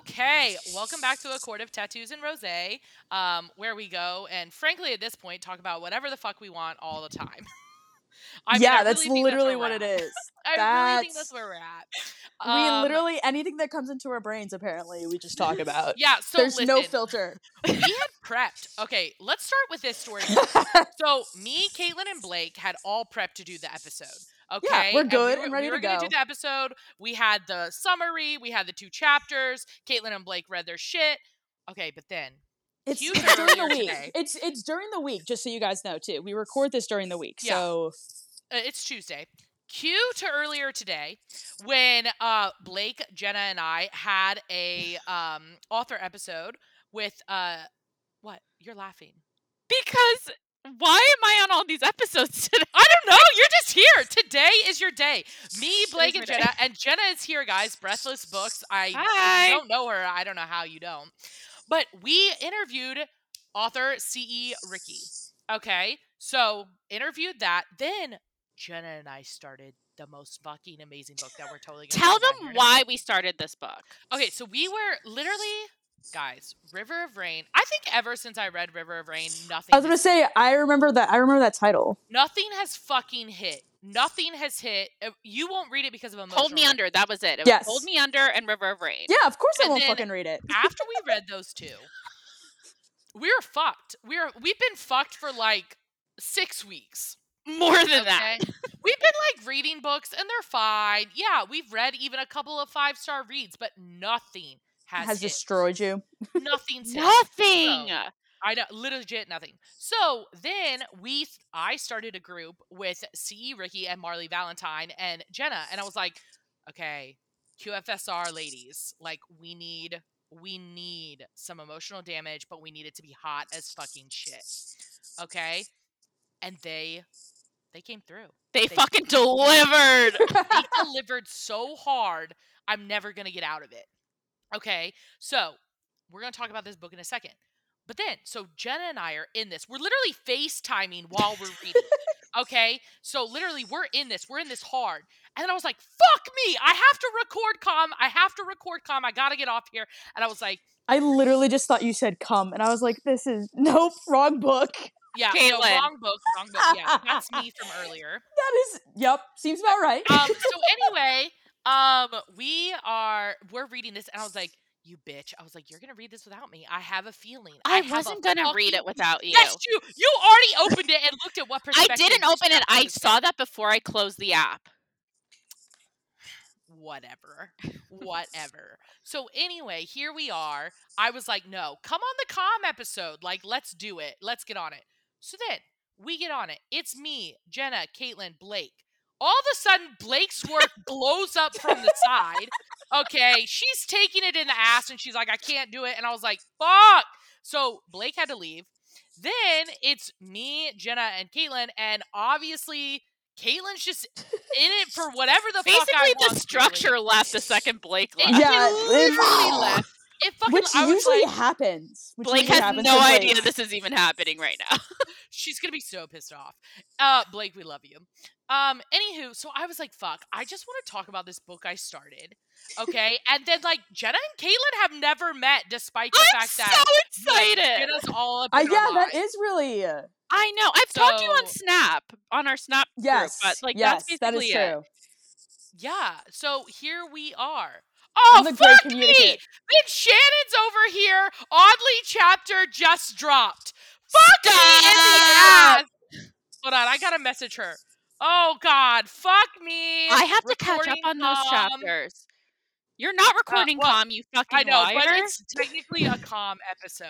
Okay, welcome back to A Court of Tattoos and Rosé, um, where we go and frankly at this point talk about whatever the fuck we want all the time. I mean, I yeah, that's really think that's literally where we're what it at. is. I really think that's That's where we're at. we Um, literally anything that comes into our brains apparently we just talk about. yeah. So There's listen, no filter. we had prepped. Okay, let's start with this story first. So me, Caitlin, and Blake had all prepped to do the episode. Okay, we're And good we were, and ready we to were gonna do go. the episode. We had the summary. We had the two chapters. Caitlin and Blake read their shit. Okay, but then It's, Huge it's during the earlier week. today. It's it's during the week, just so you guys know too. We record this during the week. Yeah. So uh, it's Tuesday. Cue to earlier today when uh, Blake, Jenna, and I had a um, author episode with uh, what? You're laughing. Because why am I on all these episodes today? I don't know. You're just here. Today is your day. Me, Blake, is and my day. Jenna, and Jenna is here, guys. Breathless Books. I if you Hi. don't know her. I don't know how you don't. But we interviewed author C.E. Ricky. Okay, so interviewed that. Then Jenna and I started the most fucking amazing book that we're totally gonna Tell talk about them here why we started this book. Okay, so we were literally, guys, River of Rain. I think ever since I read River of Rain, nothing I was gonna has- say I remember that I remember that title. nothing has fucking hit. Nothing has hit. Uh, You won't read it because of emotional. Hold Me range. Under. That was it. It Yes. was Hold Me Under and River of Rain. Yeah, of course I And won't then- fucking read it. After we read those two, we we're fucked. We We're we've been fucked for like six weeks. More than that. Okay. we've been like reading books and they're fine. Yeah, we've read even a couple of five star reads, but nothing has, Has, hit. destroyed you. nothing's hit. Nothing. So- I know, legit nothing. So then we, s- I started a group with CE Ricky and Marley Valentine and Jenna, and I was like, okay, QFSR ladies, like we need, we need some emotional damage, but we need it to be hot as fucking shit, okay? And they, they came through. They They- fucking delivered. They delivered so hard, I'm never gonna get out of it. Okay, so we're gonna talk about this book in a second. But then, so Jenna and I are in this. We're literally FaceTiming while we're reading. Okay, so literally we're in this. We're in this hard. And then I was like, "Fuck me! I have to record calm. I have to record calm. I gotta get off here." And I was like, I literally just thought you said come and I was like, this is nope, wrong book. "Yeah, no, Caitlin. wrong book, wrong book. Yeah, that's me from earlier." That is yep, seems about right. um so anyway um we are we're reading this and i was like you bitch i was like you're gonna read this without me i have a feeling I have a wasn't gonna read fucking- it without you. yes you you already opened it and looked at what I perspective didn't you open it. thought I was saw in. that before I closed the app. whatever whatever so anyway here we are i was like no come on the calm episode like let's do it let's get on it so then we get on it it's me jenna caitlin blake all of a sudden blake's work blows up from the side okay she's taking it in the ass and she's like i can't do it and i was like fuck so blake had to leave then it's me jenna and caitlin and obviously caitlin's just in it for whatever the fuck I Basically, the want, really. structure left the second Blake left. It Yeah, literally it's- left. It fucking. which I was usually like, happens. Which Blake usually has happens no to idea Blake. this is even happening right now. she's gonna be so pissed off. Uh, Blake, we love you. Um, anywho, so I was like, fuck, I just want to talk about this book I started, okay? and then like Jenna and Caitlin have never met, despite the I'm fact so that you, like, excited. Get us all up. Uh, in yeah, our that lives. is really uh, I know. I've talked to you on So- Snap on our Snap yes, group, but like yes, that's that is basically true. it. Yeah. So here we are. I'm Oh, the great fuck me! communicator. Then Shannon's over here. Oddly, chapter just dropped. Fuck me in the ass. Stop! Hold on, I gotta message her. Oh God, fuck me. I have to catch up Recording on those calm. chapters. You're not recording well, calm, you fucking I know, liar. but it's technically a calm episode.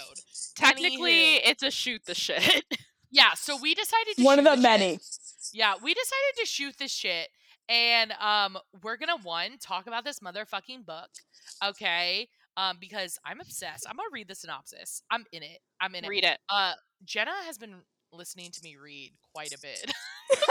Technically, Anywho. it's a shoot the shit. yeah. So we decided to One of shoot the shit. many. Yeah, we decided to shoot this shit, and um, we're gonna one talk about this motherfucking book, okay? Um, because I'm obsessed. I'm gonna read the synopsis. I'm in it. I'm in it. Read it. Uh, Jenna has been listening to me read quite a bit.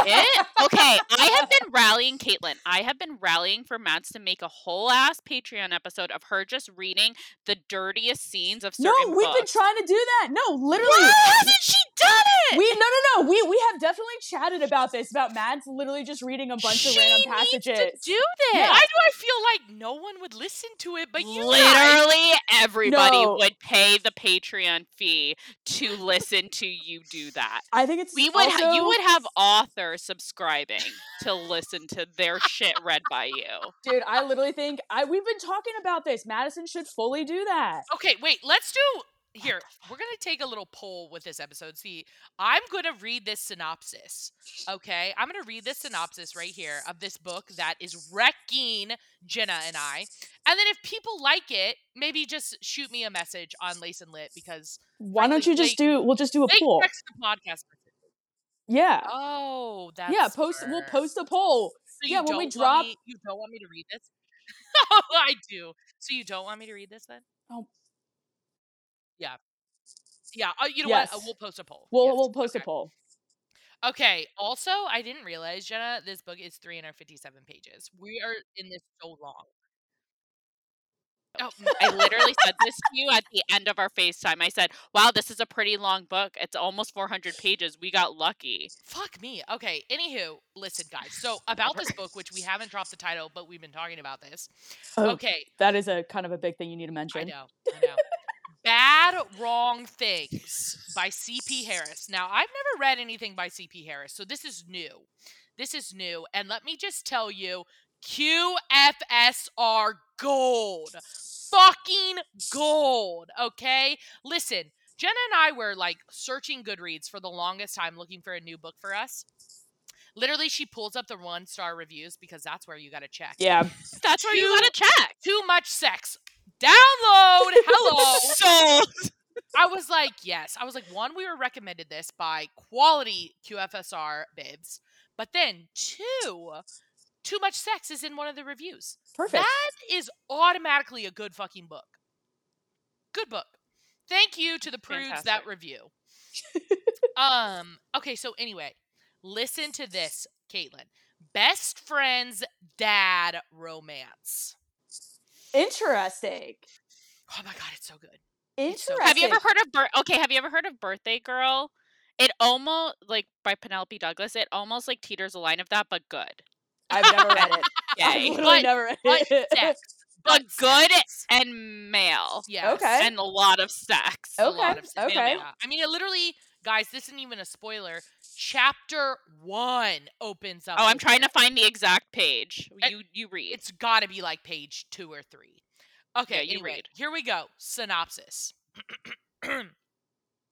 it? Okay, I have been rallying Caitlin. I have been rallying for Mads to make a whole ass Patreon episode of her just reading the dirtiest scenes of No, certain we've been books. trying to do that. No, literally. Why hasn't she done it? We no no no. We we have definitely chatted about this about Mads literally just reading a bunch of She random needs to passages. do this. Why do I feel like no one would listen to it but you? guys? Literally everybody No. would pay the Patreon fee to listen to you do that. I think it's We would ha- you also- would have authors subscribing to listen to their shit read by you. dude. I literally think I we've been talking about this. Madison should fully do that. Okay, wait. Let's do Oh here. We're gonna take a little poll with this episode. See, I'm gonna read this synopsis. Okay, I'm gonna read this synopsis right here of this book that is wrecking Jenna and I. And then if people like it, maybe just shoot me a message on Lace and Lit because Why don't frankly, you just they- do? We'll just do a they poll. text the podcast. Yeah, Oh, that's yeah. Post. We'll smart. post a poll. So you yeah, when we don't want drop- me- you don't want me to read this. oh, I do. So you don't want me to read this then? Oh. Yeah. Yeah. Oh, you know what? Uh, Yes. We'll post a poll. We'll Yes, we'll post okay. a poll. Okay. Also, I didn't realize, Jenna, this book is 357 pages. We are in this so long. Oh, m- I literally said this to you at the end of our FaceTime. I said, "Wow, this is a pretty long book. It's almost 400 pages. We got lucky." fuck me. Okay. Anywho, listen, guys. So about this book, which we haven't dropped the title, but we've been talking about this. Oh, Okay. That is a kind of a big thing you need to I mention. know. I know. Bad Wrong Things by C.P. Harris. Now, I've never read anything by C.P. Harris, so this is new. This is new. And let me just tell you QFSR gold. Fucking gold. Okay? Listen, Jenna and I were like searching Goodreads for the longest time looking for a new book for us. Literally, she pulls up the one star reviews because that's where you got to check Yeah, That's where you Two- got to check. too much sex. Download. Hello. So I was like, yes. I was like, one, we were recommended this by quality QFSR bibs, but then two, too much sex is in one of the reviews. perfect. That is automatically a good fucking book. Good book. Thank you to the prudes that Fantastic. review. um. Okay. So anyway, listen to this, Caitlin. Best friend's dad romance. Interesting. Oh my god, it's so good. It's so- Interesting. have you ever heard of bir- okay have you ever heard of birthday girl it almost like by penelope douglas it almost like teeters a line of that but good I've never read it. I've Yay. literally But- never read but it. sex. but But good e sex. and male Yeah. Okay. and a lot of sex a Oh. lot Okay, of sex. okay. Yeah. I mean, it literally, guys, this isn't even a spoiler. Chapter one opens up. oh i'm with trying to it. find the exact page Uh, you you read It's got to be like page two or three. Okay, you anyway, read. Here we go. Synopsis.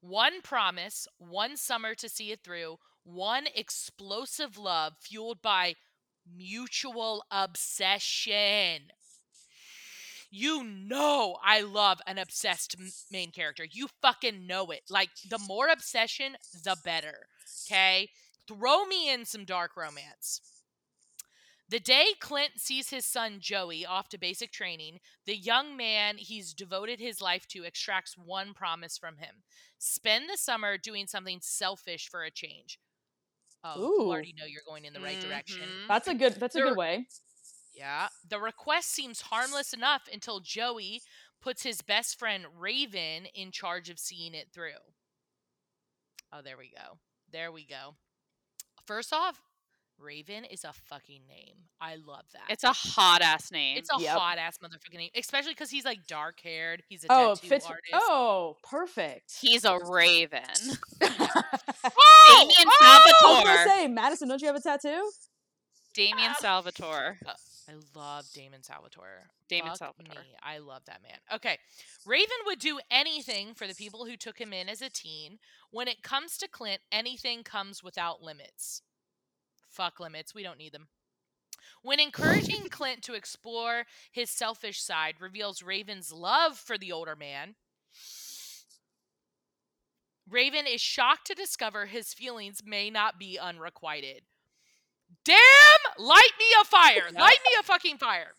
one promise, one summer to see it through, one explosive love fueled by mutual obsession. You know, I love an obsessed m- main character. You fucking know it. Like, the more obsession, the better. Okay? Throw me in some dark romance. The day Clint sees his son Joey off to basic training, the young man he's devoted his life to extracts one promise from him spend the summer doing something selfish for a change. Oh, you Ooh. already know you're going in the right direction. Mhm. That's a good. That's a There- good way. Yeah. The request seems harmless enough until Joey puts his best friend Raven in charge of seeing it through. Oh, there we go. There we go. First off, Raven is a fucking name. I love that. it's a hot ass name it's a Yep. hot ass motherfucking name, especially because he's like dark haired. He's a Oh, it tattoo fits. artist. Oh, perfect. he's a raven Oh, damien I was gonna salvatore say, Madison, don't you have a tattoo? damien salvatore I love Damon Salvatore. Damon Fuck Salvatore. me, I love that man. Okay. Raven would do anything for the people who took him in as a teen. When it comes to Clint, anything comes without limits. Fuck limits. We don't need them. When encouraging Clint to explore his selfish side reveals Raven's love for the older man, Raven is shocked to discover his feelings may not be unrequited. Damn, light me a fire. Yeah. Light me a fucking fire.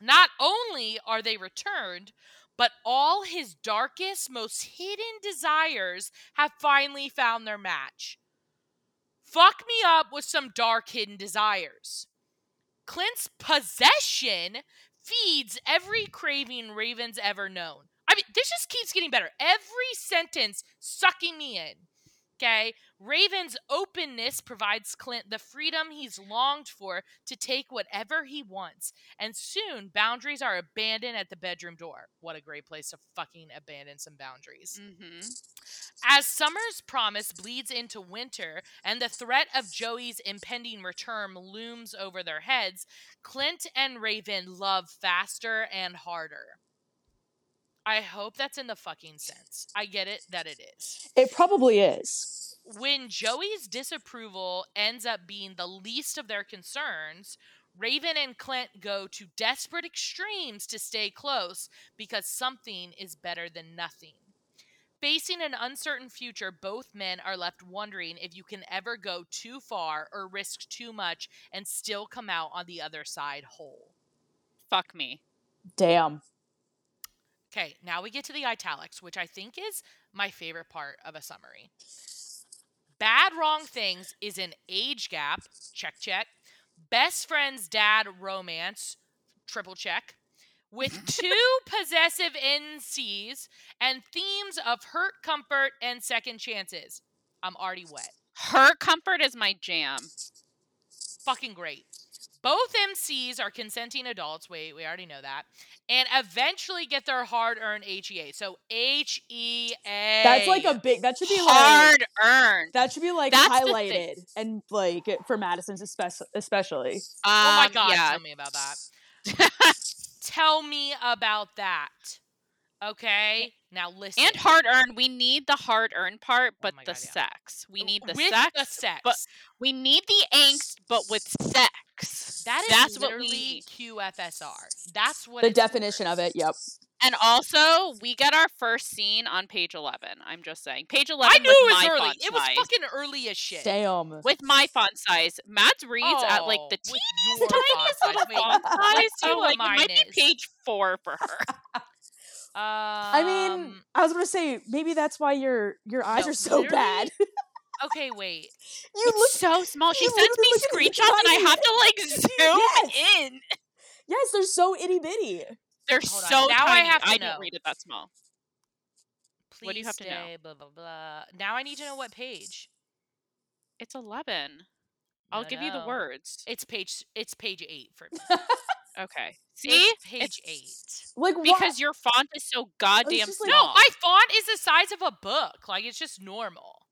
Not only are they returned, but all his darkest, most hidden desires have finally found their match. Fuck me up with some dark, hidden desires. Clint's possession feeds every craving Raven's ever known. I mean, this just keeps getting better. Every sentence sucking me in. Okay. Raven's openness provides Clint the freedom he's longed for to take whatever he wants. And soon, boundaries are abandoned at the bedroom door. What a great place to fucking abandon some boundaries. Mm-hmm. As summer's promise bleeds into winter and the threat of Joey's impending return looms over their heads, Clint and Raven love faster and harder. I hope that's in the fucking sense. I get it that it is. It probably is. When Joey's disapproval ends up being the least of their concerns, Raven and Clint go to desperate extremes to stay close because something is better than nothing. Facing an uncertain future, both men are left wondering if you can ever go too far or risk too much and still come out on the other side whole. Fuck me. Damn. Okay, now we get to the italics, which I think is my favorite part of a summary. Bad Wrong Things is an age gap, check, check. Best friend's dad romance, triple check. With two possessive NCs and themes of hurt, comfort, and second chances. I'm already wet. Her comfort is my jam. Fucking great. Both MCs are consenting adults. Wait, we already know that. And eventually get their hard earned HEA. So E HEA. That's like a big. That should be like. Hard earned. That should be like That's the highlighted thing. and like for Madison's especially. especially. Oh my Um, god, yeah. tell me about that. tell me about that. Okay? Now listen. And hard earned. We need the hard earned part, but Oh my the God, yeah. sex. We need the With sex. The sex. but- we need the angst, but with sex. that is That's what we literally need. QFSR. That's what The it's for. definition of it. Yep. And also, we get our first scene on page 11. I'm just saying. Page 11 I knew with it was my early. font It was size. fucking early as shit. Damn. With my font size. Mads reads at like the Oh, with teeny your tiniest font little size. Wait, font what size. So color like, it might be mine is? page four for her. I mean, Um, I was gonna say maybe that's why your your eyes no, are so literally- bad. okay, wait. You look. It's so small. She you sends me literally look at the screenshots, and I size. have to like zoom in. Yes, they're so itty bitty. They're Hold on. so Now I tiny. I, have to know. didn't read it that small. Please What do you have to know? stay, Blah blah blah. Now I need to know what page. It's eleven. I'll No, give you the no. words. It's page. It's page eight for me. Okay. See, It's page Like why- because your font is so goddamn just eight. like- small. No, Oh, my font is the size of a book. Like it's just normal.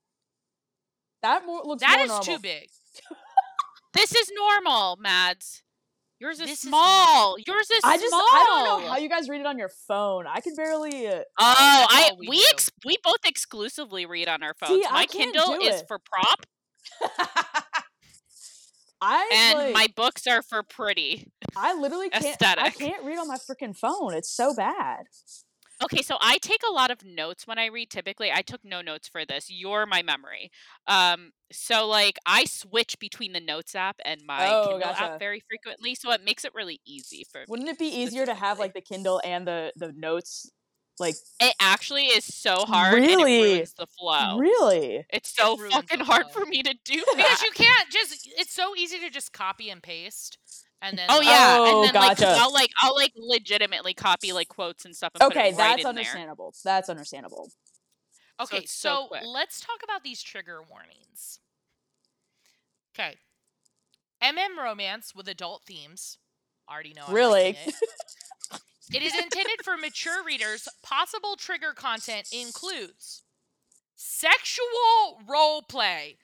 that more looks That more is too normal. big. this is normal, Mads. Yours is This is normal. small. Yours is I just small. I don't know how you guys read it on your phone. I can barely. Uh, Oh, that's I all we we do. ex- we both exclusively read on our phones. See, I my can't Kindle do is it. for prop, I and like, my books are for pretty. I literally can't. I aesthetic. can't read on my freaking phone. It's so bad. Okay, so I take a lot of notes when I read. Typically, I took no notes for this. You're my memory. Um, so like I switch between the notes app and my Oh, Kindle gotcha. app very frequently, so it makes it really easy for me. Wouldn't it be easier to have specifically. like the Kindle and the the notes? Like It actually is so hard. and it Really? ruins the flow. really? It's so ruins the fucking hard flow. for me to do. Because That. you can't just. It's so easy to just copy and paste, and then. Oh like, yeah, Oh, and then like 'cause gotcha. I'll like I'll like legitimately copy like quotes and stuff. And put it Okay, right that's in there. understandable. That's understandable. So Okay, it's so so, quick. let's talk about these trigger warnings. Okay. MM romance with adult themes. Already know. I'm Really? liking it. it is intended for mature readers. Possible trigger content includes sexual role play.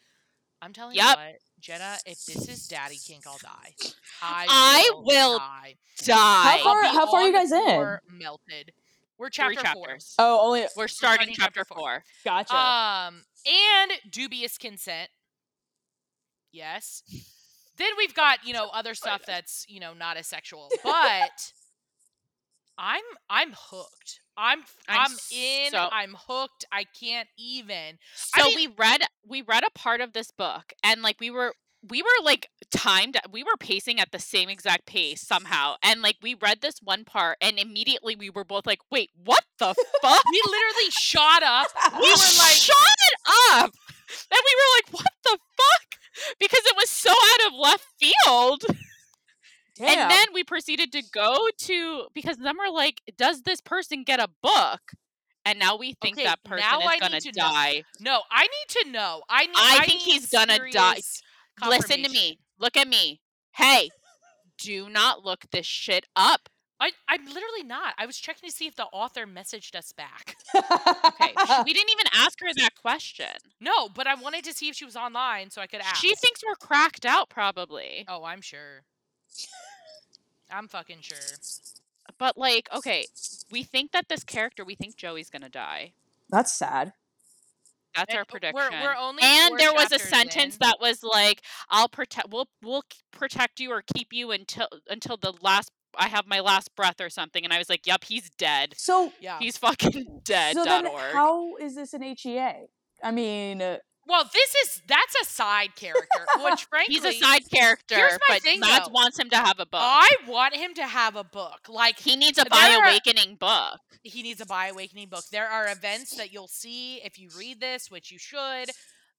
I'm telling Yep. you what, Jenna, if this is daddy kink, I'll die. I, I will die. Die. How far- I'll be how far are you on the guys in? floor Melted. We're chapter four. chapters. Oh, only We're starting starting chapter chapter four. four. gotcha. Uh, Um, and dubious consent. Yes. Then we've got you know Oh, other stuff that's you know not as sexual, but I'm I'm hooked. I'm I'm, I'm in. so- I'm hooked. I can't even. I So mean- we read we read a part of this book and like we were we were like timed we were pacing at the same exact pace somehow and like we read this one part and immediately we were both like wait what the fuck We literally shot up. we We were like, shut it up and we were like what the fuck because it was so out of left field and then we proceeded to go to because then we're like, does this person get a book? And now we think Okay, that person now I need is gonna to know. die. no, I need to know. I need. I think need he's gonna die. serious Listen to confirmation. me. Look at me. Hey, do not look this shit up. I, I'm literally not. I was checking to see if the author messaged us back. Okay. we didn't even ask her that question. No, but I wanted to see if she was online so I could ask. She thinks we're cracked out probably. Oh, I'm sure. I'm fucking sure. But like, okay, we think that this character, we think Joey's gonna die. That's sad. That's And our we're- prediction. We're, only four and there was a chapters sentence in. that was like i'll protect we'll we'll k- protect you or keep you until until the last i have my last breath or something and i was like yep he's dead So, Yeah. he's fucking dead so dot then org. how is this an HEA? I mean, uh, Well, this is that's a side character, which frankly he's a side character here's my but thing, mads though. wants him to have a book I want him to have a book. Like he needs a there by are- awakening book he needs a by awakening book. There are events that you'll see if you read this, which you should,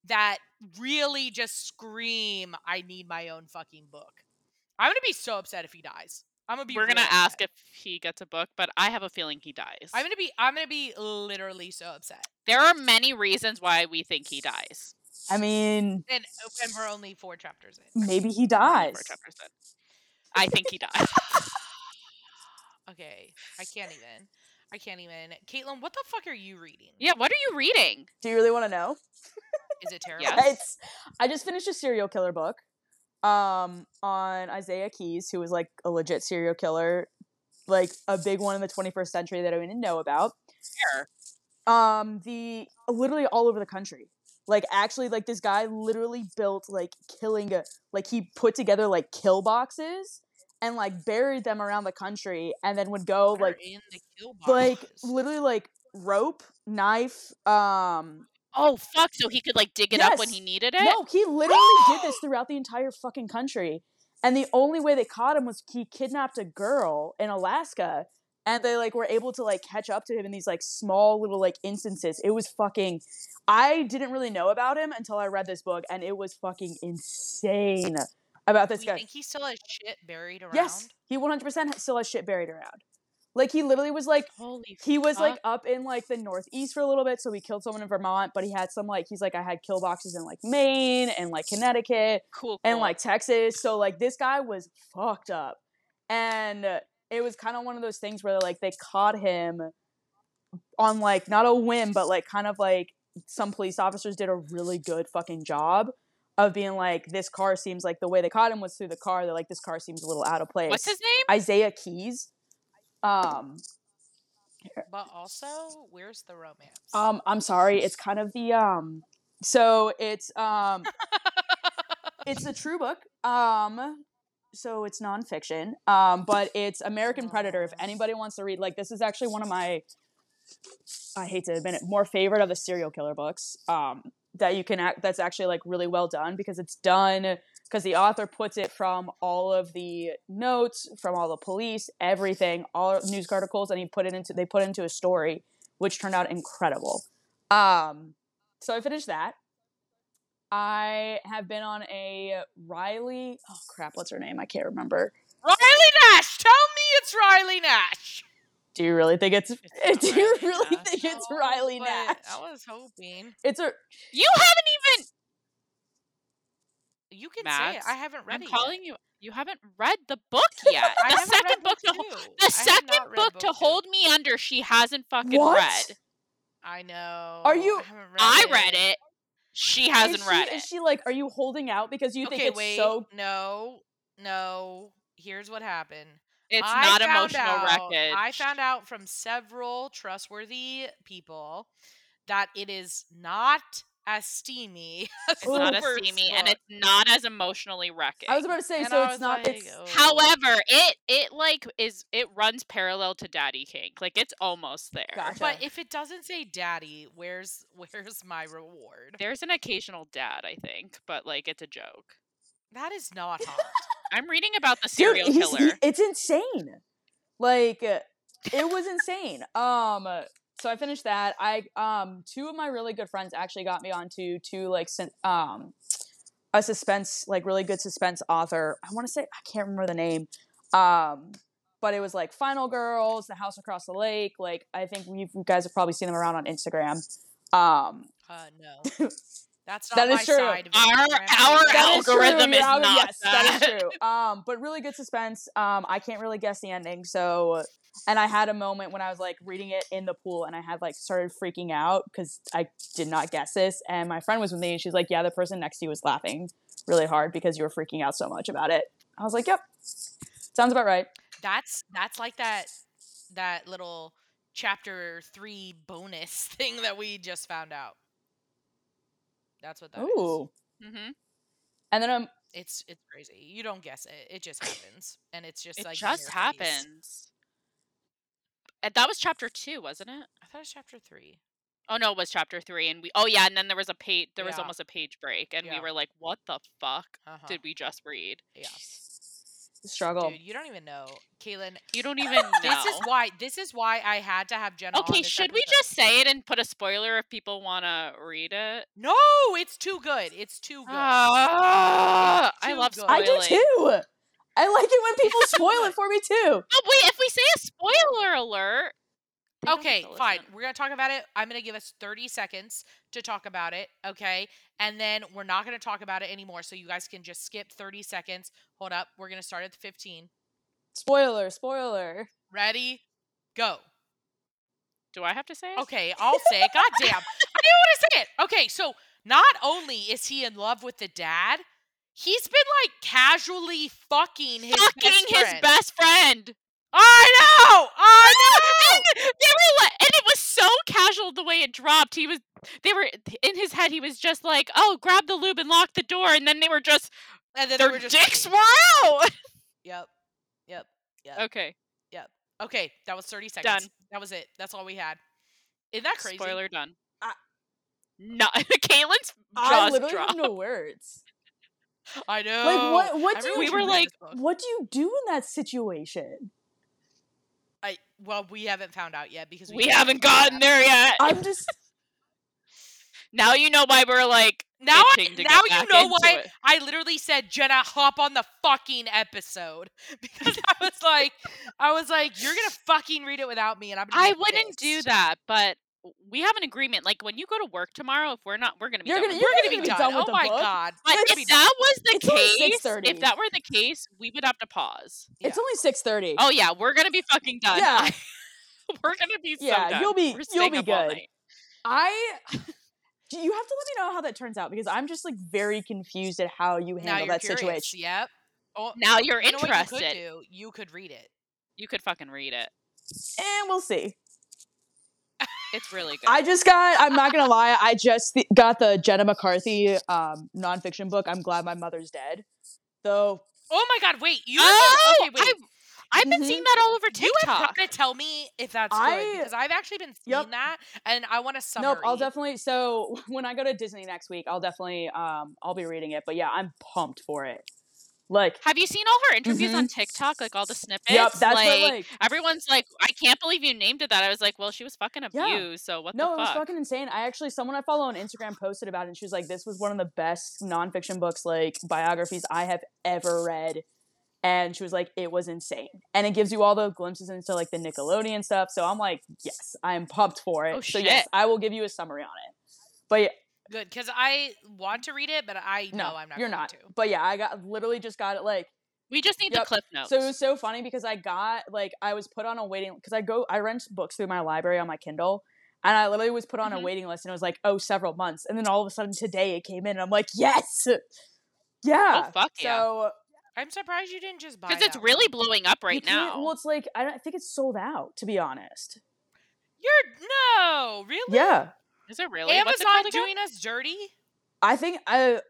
that really just scream, "I need my own fucking book." I'm gonna be so upset if he dies. I'm gonna be. we're gonna real ask upset. if he gets a book but i have a feeling he dies I'm gonna be. I'm gonna be literally so upset. there are many reasons why we think he dies I mean, And and uh, we're only four chapters in. maybe he We're dies. only four chapters in. i think he dies Okay, I can't even. I can't even. Caitlin, what the fuck are you reading? yeah what are you reading Do you really want to know? Is it terrible? Yes. It's. I just finished a serial killer book, um, on Isaiah Keys, who was like a legit serial killer, like a big one in the 21st century that I didn't know about. Where? Um, the literally all over the country. Like actually, like this guy literally built like killing, a, like he put together like kill boxes and like buried them around the country, and then would go They're like in the kill box. like literally like rope, knife, um, Oh fuck! So he could like dig it up when he Yes. needed it. No, he literally did this throughout the entire fucking country. And the only way they caught him was he kidnapped a girl in Alaska and they like were able to like catch up to him in these like small little like instances. It was fucking I didn't really know about him until I read this book and it was fucking insane about Do this we guy. think he still has shit buried around? Yes, he 100% still has shit buried around. Like he literally was like Holy. he was like fuck. up in like the northeast for a little bit so he killed someone in vermont but he had some like he's like i had kill boxes in like maine and like connecticut cool, and cool. like texas so like this guy was fucked up and uh, it was kind of one of those things where like they caught him on like not a whim but like kind of like some police officers did a really good fucking job of being like this car seems like the way they caught him was through the car they're like this car seems a little out of place what's his name? isaiah keys um Er, But also, where's the romance? Um, I'm sorry. It's kind of the um. So it's um. it's a true book. Um, so it's nonfiction. Um, but it's American Predator. If anybody wants to read, like this is actually one of my. I hate to admit it, more favorite of the serial killer books. Um, that you can act. That's actually like really well done because it's done because the author puts it from all of the notes from all the police, everything, all news articles, and he put it into they put it into a story which turned out incredible. Um, so I finished that. I have been on a Riley. Oh crap, what's her name? I can't remember. Riley Nash. Tell me it's Riley Nash. Do you really think it's? not do you Riley really Nash. think it's No, Riley but Nash? I was hoping It's a. You haven't even. you can say it. Mads, I haven't read I'm it. calling you. You haven't read the book yet. yet. I the haven't read second book to two. hold. I The have second not read book, to two. hold me under. She hasn't fucking What? read. I know. you- I, haven't read I read it. She hasn't is she, read Is it. she like? Are you holding out because you okay, think it's wait. so? No, no. Here's what happened. It's I not found emotional out- wreckage. I found out from several trustworthy people that it is not as steamy. As It's the not as first steamy, and book. it's not as emotionally wrecking. I was about to say. And so I it's was not. like, it's, "Oh." However, it it like is it runs parallel to Daddy King. Like it's almost there. Gotcha. But if it doesn't say daddy, where's where's my reward? There's an occasional dad, I think, but like it's a joke. That is not hot. I'm reading about the Dude, serial he's- killer. he- it's insane. Like uh, it was insane. Um so I finished that. I um two of my really good friends actually got me onto two like syn- um a suspense like really good suspense author. I want to say I can't remember the name. Um but it was like Final Girls, The House Across the Lake, like I think we've, you guys have probably seen them around on Instagram. Um Uh, no. That's not That my is true. side. Of it. I'm Our- our sorry. That is true, algorithm your is algo- not yes, that that. is true. Um, but really good suspense. Um, I can't really guess the ending. So, and I had a moment when I was like reading it in the pool, and I had like started freaking out because I did not guess this. And my friend was with me, and she's like, "Yeah, the person next to you was laughing really hard because you were freaking out so much about it." I was like, "Yep, sounds about right." That's that's like that that little chapter three bonus thing that we just found out. That's what that is. Ooh, hmm and then um, It's it's crazy. You don't guess it. It just happens, and it's just It like in just your face. happens. Uh, That was chapter two, wasn't it? I thought it was chapter three. Oh no, it was chapter three, and we. Oh yeah, and then there was a page. There was Yeah. almost a page break, and Yeah. we were like, "What the fuck Uh-huh. did we just read?" yeah, struggle. dude, you don't even know, Kaylin. You don't even know. This is why. This is why I had to have Jenna. on okay, this should we episode. just say it and put a spoiler if people want to read it? No, it's too good. It's too good. Oh, Ah, I too love good. spoiling. I I do too. I like it when people spoil it for me too. Oh, wait, if we say a spoiler alert. they don't get Okay, to listen. fine. We're going to talk about it. I'm going to give us 30 seconds to talk about it. Okay. And then we're not going to talk about it anymore. So you guys can just skip 30 seconds. Hold up. We're going to start at the 15. Spoiler, spoiler. Ready? Go. Do I have to say it? Okay. I'll say it. God damn. I didn't want to say it. Okay. So not only is he in love with the dad, he's been like casually fucking his Fucking best his friend. best friend. I know. I know. And they were like, and it was so casual the way it dropped. He was, they were in his head. He was just like, "Oh, grab the lube and lock the door," and then they were just And then they their were just dicks fucking. were out. Yep. Yep. Yep. Okay, Okay, that was 30 seconds. Done. That was it. That's all we had. Isn't that crazy? spoiler done. I- no, Kaylin's I jaws literally dropped. have no words. I know. Like what? What do Everyone We you should were read like, this book. What do you do in that situation? I, well, we haven't found out yet because we, we didn't haven't talk about gotten it. there yet. I'm just now you know why we're like Now, I, itching to now get you back know into why it. I literally said, Jenna, hop on the fucking episode because I was like, I was like, you're gonna fucking read it without me, and I'm. Gonna I be wouldn't do pissed." that, but we have an agreement. Like when you go to work tomorrow, if we're not, we're gonna be. You're done gonna- with you're We're gonna be gonna be done. done with oh the my book. god. But We're gonna be if done. that was the It's only case, 6:30. if that were the case, we would have to pause. it's only six thirty. Oh yeah, we're gonna be fucking done. Yeah. we're gonna be so Yeah, done. you'll be- We're you'll staying be up all good. night. I do you have to let me know how that turns out because I'm just like very confused at how you now handle you're that curious. situation. Yep. Oh, Now you're you know what you interested. could You could, do? You could read it. fucking read it. And we'll see. It's really good. I just got I'm not gonna lie, I just th- got the Jenna McCarthy um nonfiction book. I'm glad my mother's dead. Though Oh my god! Wait, you. oh, okay, wait. I, have been seeing Mm-hmm. that all over You have TikTok. got to tell me if that's I- good because I've actually been seeing Yep. that, and I want to summary. Nope, I'll definitely. So when I go to Disney next week, I'll definitely um I'll be reading it. But yeah, I'm pumped for it. Like, Have you seen all her interviews on TikTok? Like all the snippets. yep, Mm-hmm. that's like, what, like everyone's like, I can't believe you named it that. I was like, well, she was fucking abused, Yeah. so what no, the it was fuck? fucking insane. I actually someone I follow on Instagram posted about it, and she was like, "This was one of the best nonfiction books, like biographies I have ever read." And she was like, "It was insane," and it gives you all the glimpses into like the Nickelodeon stuff. So I'm like, "Yes, I am pumped for it." Oh, so yes, shit. I will give you a summary on it. But yeah, good because I want to read it, but I no, know I'm not. you're going not. To. But yeah, I got literally just got it like we just need Yep. the clip notes. So it was so funny because I got like I was put on a waiting because I go I rent books through my library on my Kindle and I literally was put on Mhm. a waiting list and it was like oh several months and then all of a sudden today it came in and I'm like yes yeah oh fuck yeah. so I'm surprised you didn't just buy. Because it's that really one. blowing up you right can't- now. well it's like I, don't, I think it's sold out to be honest You're no really. yeah Is it really? What's it Amazon called again? doing us dirty. I think I.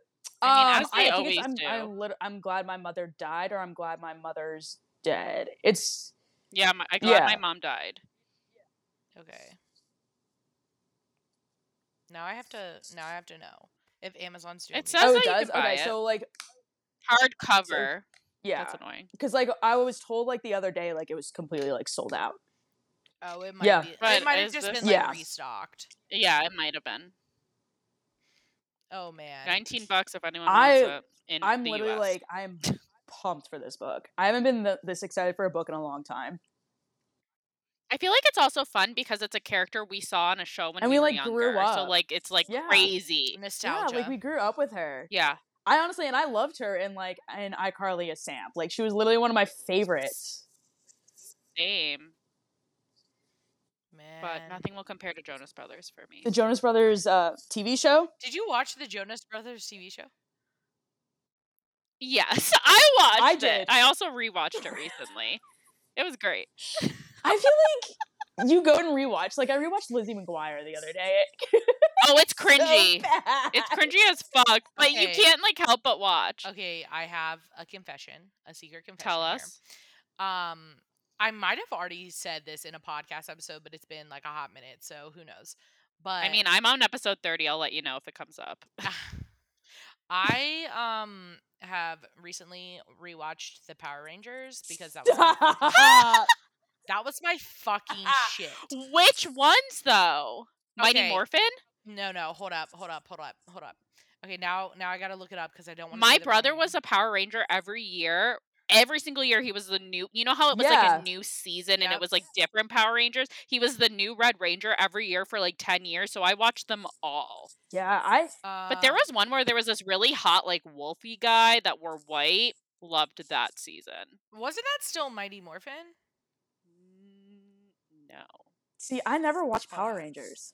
I mean, um, as they I think it's- always I'm, I'm, lit- I'm glad my mother died or I'm glad my mother's dead it's Yeah, my, I glad my Yeah. mom died. Okay. Now I have to. Now I have to know if Amazon's doing. It me says oh dirty. it how you does can buy okay it. so like hardcover. Yeah, That's annoying. because like I was told like the other day, like it was completely like sold out. Oh, it might Yeah. be. But it might have is just this- been Yeah. like restocked. Yeah, it might have been Oh man. nineteen bucks if anyone wants I- it. In I'm the literally US. like I'm pumped for this book. I haven't been th- this excited for a book in a long time, I feel like it's also fun because it's a character we saw on a show when And we, we, were like, younger. grew So up. like it's like Yeah. crazy. nostalgia. Yeah, like we grew up with her. Yeah, I honestly and I loved her in like in iCarly a Samp. Like she was literally one of my favorites. same. man. But nothing will compare to Jonas Brothers for me. The Jonas Brothers uh, TV show. Did you watch the Jonas Brothers TV show? Yes, I watched I it. did. I also rewatched it recently. It was great. I feel like you go and rewatch. Like I rewatched Lizzie McGuire the other day. Oh, it's So cringy. bad. it's cringy as fuck, but you Okay. can't like help but watch. Okay, I have a confession, a secret confession. Tell here. us. Um, I might have already said this in a podcast episode, but it's been like a hot minute, so who knows? But I mean, I'm on episode 30. I'll let you know if it comes up. I um have recently rewatched the Power Rangers because that was my fucking, Stop. that was my fucking shit. Which ones though? Mighty Okay. Morphin? No, no, hold up, hold up, hold up, hold up. Okay, now now I gotta look it up because I don't want. My brother was a Power Ranger every year. Every single year he was the new you know how it was like Yeah. a new season and it Yep. was like different Power Rangers? He was the new Red Ranger every year for like 10 years, so I watched them all. yeah, I But Um, there was one where there was this really hot like wolfy guy that wore white. Loved that season. wasn't that still Mighty Morphin? Mm, No. see. I never watched Hold on. Power Rangers.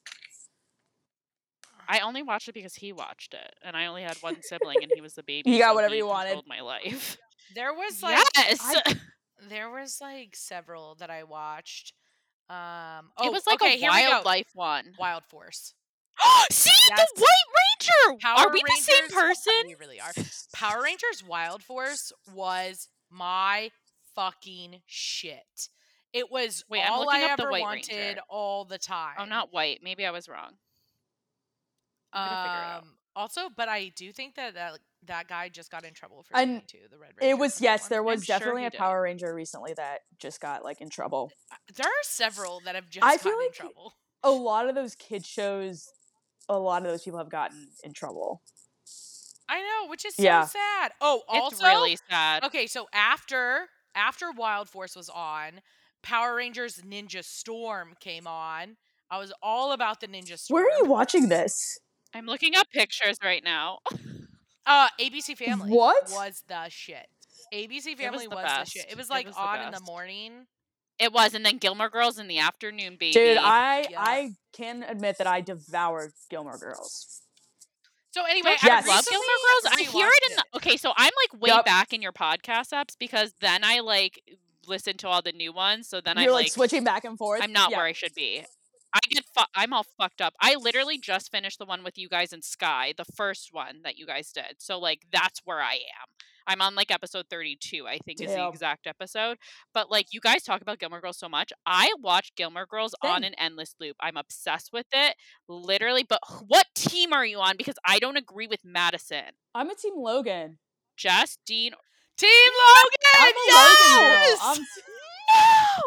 I only watched it because he watched it, and I only had one sibling, and he was the baby. You got so whatever he you wanted. controlled My life. There was like Yes, I- there was like several that I watched. Um, oh, it was like okay, a here we go. wildlife one. Wild Force. See Yes. the White Ranger. Power Are we the same Rangers- person? We really are. Power Rangers Wild Force was my fucking shit. It was Wait, I'm all I looking up the ever White wanted Ranger. all the time. Oh, not white. Maybe I was wrong. I'm gonna figure it out. Um, also, but I do think that that, that guy just got in trouble for And something too. The Red Ranger. It was for that yes. one. There was sure definitely he a did. Power Ranger recently that just got like in trouble. There are several that have just I gotten in feel like- trouble. a lot of those kid shows a lot of those people have gotten in trouble I know, which is so Yeah. sad. Oh, also, it's really sad. okay. So after after Wild Force was on, Power Rangers Ninja Storm came on. I was all about the Ninja Storm. where are you watching this I'm looking up pictures right now. Uh, ABC Family. What? was the shit? ABC Family the was, the, best. shit. It was It like was the on in the best. morning. It was, and then Gilmore Girls in the afternoon, baby. dude i Yeah. i can admit that i devoured gilmore girls So anyway, you I Yes. love recently Gilmore Girls. I hear it in rewatched the okay. So I'm like way Yup. back in your podcast apps because then I like listen to all the new ones. So then you're I'm like, switching back and forth I'm not Yeah. where I should be. I get fu- I'm all fucked up. I literally just finished the one with you guys in Sky, the first one that you guys did. So like that's where I am. I'm on like episode 32, I think is the Damn. exact episode. But like you guys talk about Gilmore Girls so much. I watch Gilmore Girls on Same. an endless loop. I'm obsessed with it, literally. But wh- what team are you on? Because I don't agree with Madison. i'm a team logan Jess, Dean. Team i'm Logan. a yes! logan girl I'm,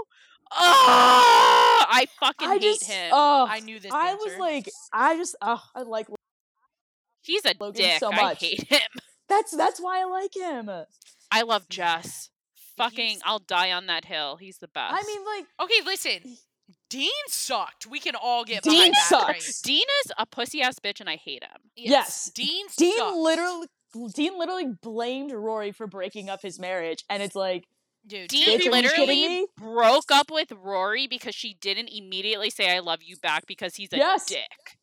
No! Oh, I fucking i hate just him. oh I knew this. i answer. was like i just oh i like He's a Logan dick. so I much. hate him. that's that's why i like him I love Yeah. Jess. Fucking, He's- I'll die on that hill. He's the best. i mean like Okay, listen. Dean sucked. We can all get dean behind that train. sucks Dean is a pussy ass bitch, and I hate him. Yes. Dean Dean sucked. literally Dean literally blamed Rory for breaking up his marriage and it's like Dude, Dean Bitch, are you kidding literally me? broke up with Rory because she didn't immediately say "I love you" back because he's a Yes. dick.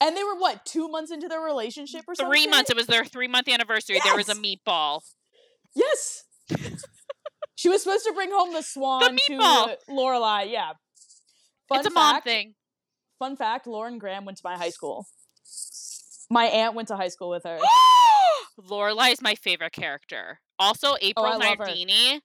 and they were what 2 months into their relationship or something? Three months. It was their three month anniversary. There was a Yes. meatball. Yes. she was supposed to bring home the swan to meatball. uh, Lorelai, yeah. Fun it's a fact, mom thing. Fun fact, Lauren Graham went to my high school. My aunt went to high school with her. Lorelai is my favorite character. Also, April Oh, I love her. Nardini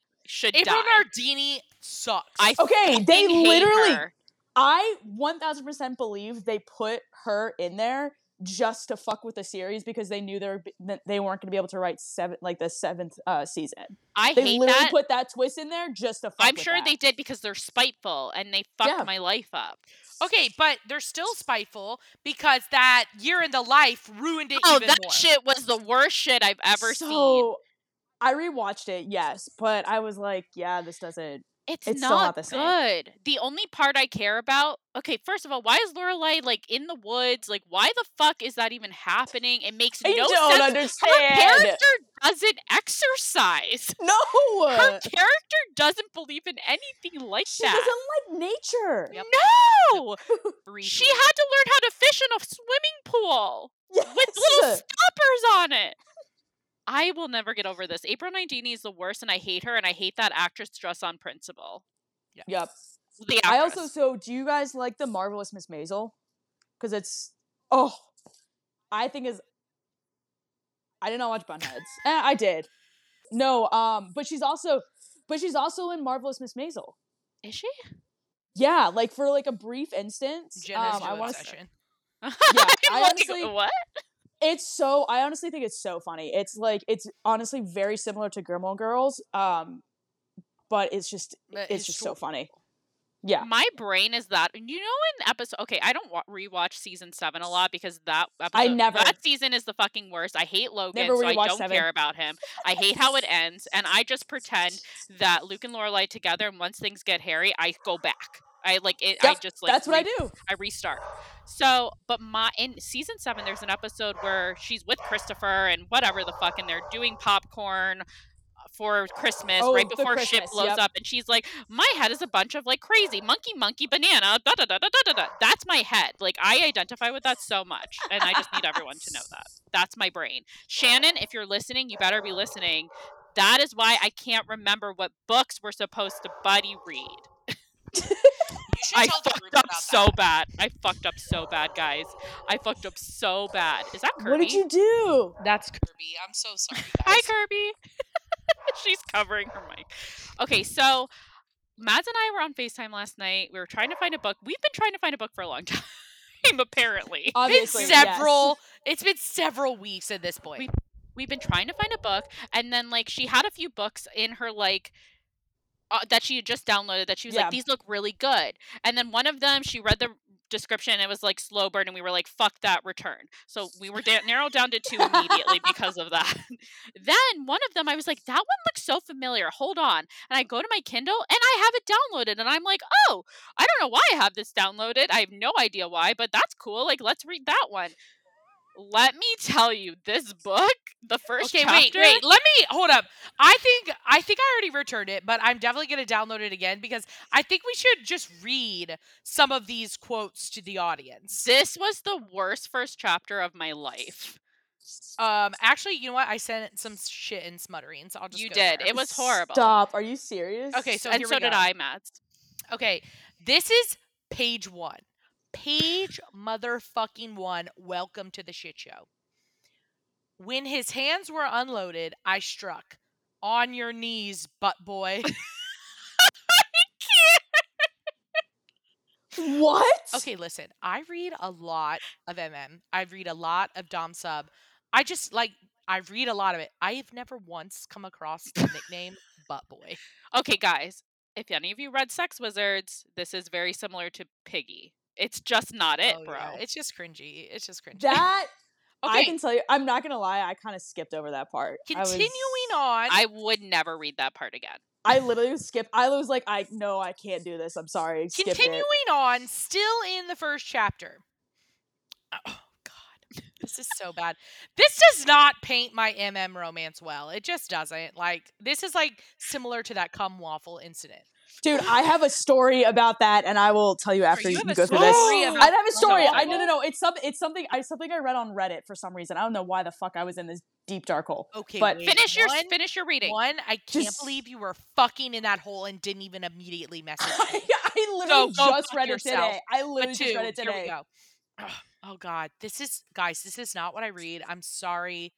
should April die. Nardini sucks. I Okay, they fucking hate literally her. I 1000% believe they put her in there just to fuck with the series because they knew they were, that they weren't going to be able to write seven like the seventh uh, season. I They hate literally that. put that twist in there just to fuck. I'm with sure that. they did because they're spiteful and they fucked Yeah. my life up. Okay, but they're still spiteful because that year in the life ruined it Oh, even that more. shit was the worst shit I've ever seen. So, I rewatched it, yes, but I was like, yeah, this doesn't. It's, it's not, still not the same. good. The only part I care about. Okay, first of all, why is Lorelai like in the woods? Like, why the fuck is that even happening? It makes I no don't sense. Her understand. character doesn't exercise. No, Her character doesn't believe in anything like Uh. she that. doesn't like nature. Yep. No, she Briefly. had to learn how to fish in a swimming pool with little Yes. stoppers on it. I will never get over this. April Nardini is the worst, and I hate her, and I hate that actress dress on principle. Yep. The I actress. also so do you guys like the marvelous Miss Maisel? Because it's oh, I think is I did not watch Bunheads. eh, I did. No, um, but she's also, but she's also in marvelous Miss Maisel. is she? Yeah, like for like a brief instance. Jen has um, I no want to. obsession. Yeah, I'm I like, honestly, what? it's so. I honestly think it's so funny. It's like it's honestly very similar to Gilmore Girls, um, but it's just But it's just so funny. Yeah, My brain is that. and You know, in episode. Okay, I don't wa- rewatch season seven a lot because that episode, I never- that season is the fucking worst. I hate Logan, Never so I rewatched don't seven. care about him. I hate how it ends, and I just pretend that Luke and Lorelai together. And once things get hairy, I go back. I like it. I Yep, just like that's what I re- do. I restart. So, but my in season seven, there's an episode where she's with Christopher and whatever the fuck, and they're doing popcorn uh, for Christmas Oh, right the before shit Christmas, blows yep. up, and she's like, "My head is a bunch of like crazy monkey, monkey, banana, da da da da da da da." That's my head. Like I identify with that so much, and I just need everyone to know that. That's my brain. Shannon, if you're listening, you better be listening. That is why I can't remember what books we're supposed to buddy read. You should I tell the fucked group up about so that. bad. I fucked up so bad, guys. I fucked up so bad. Is that Kirby? What did you do? That's Kirby. I'm so sorry. Hi, guys. Kirby. She's covering her mic. Okay, so Mads and I were on FaceTime last night. We were trying to find a book. We've been trying to find a book for a long time, apparently. Obviously, been yes. several. It's been several weeks at this point. We- We've been trying to find a book, and then like she had a few books in her like uh, that she had just downloaded that she was Yeah. like, "These look really good." And then one of them, she read the description and it was like slow burn, and we were like, "Fuck that return." So we were da- narrowed down to two immediately because of that. then one of them, I was like, "That one looks so familiar. Hold on." And I go to my Kindle and I have it downloaded, and I'm like, "Oh, I don't know why I have this downloaded. I have no idea why, but that's cool. Like, let's read that one." Let me tell you, this book, the first okay, chapter. wait, wait. Let me hold up. I think I think I already returned it, but I'm definitely gonna download it again because I think we should just read some of these quotes to the audience. This was the worst first chapter of my life. Um, actually, you know what? I sent some shit and smutterings. I'll just You go did. there. It was horrible. Stop. Are you serious? Okay, so and here so we go. did I, Mads. Okay, this is page one. Page motherfucking one. Welcome to the shit show. When his hands were unloaded, I struck. On your knees, butt boy. What? okay, listen. I read a lot of MM. I read a lot of Dom Sub. I just like I read a lot of it. I have never once come across the nickname butt boy. Okay, guys, if any of you read Sex Wizards, this is very similar to Piggy. It's just not it, Oh, bro. yeah, It's just cringy. It's just cringy. That okay. I can tell you. I'm not gonna lie. I kind of skipped over that part. I was- continuing on. I would never read that part again. I literally skipped. I was like, I no, I can't do this. I'm sorry. Skip it. Continuing on, still in the first chapter. Oh God, this is so bad. This does not paint my MM romance well. It just doesn't. Like this is like similar to that cum waffle incident. dude. I have a story about that, and I will tell you after you you, have a go through story this. about Oh, I have a cum story. I waffle? no no no. It's some. It's something. I something I read on Reddit for some reason. I don't know why the fuck I was in this deep dark hole. Okay, But- wait, Finish your one, finish your reading. one. I can't Just- believe you were fucking in that hole and didn't even immediately message I, me. literally go just fuck read it yourself. today. I But literally just two, read it here we today. go. Ugh, Oh God, this is guys. This is not what I read. I'm sorry.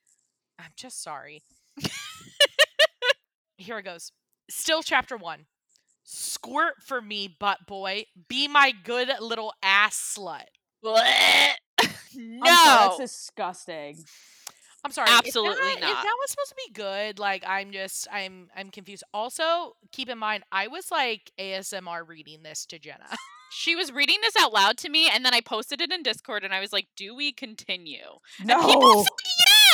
I'm just sorry. here it goes. Still chapter one. Squirt for me, butt boy. Be my good little ass slut. Blech. No, I'm sorry, that's disgusting. I'm sorry. Absolutely if that, If not. that was supposed to be good, like I'm just I'm I'm confused. Also, keep in mind I was like ASMR reading this to Jenna. she was reading this out loud to me, and then I posted it in Discord, and I was like, "Do we continue?" No. People said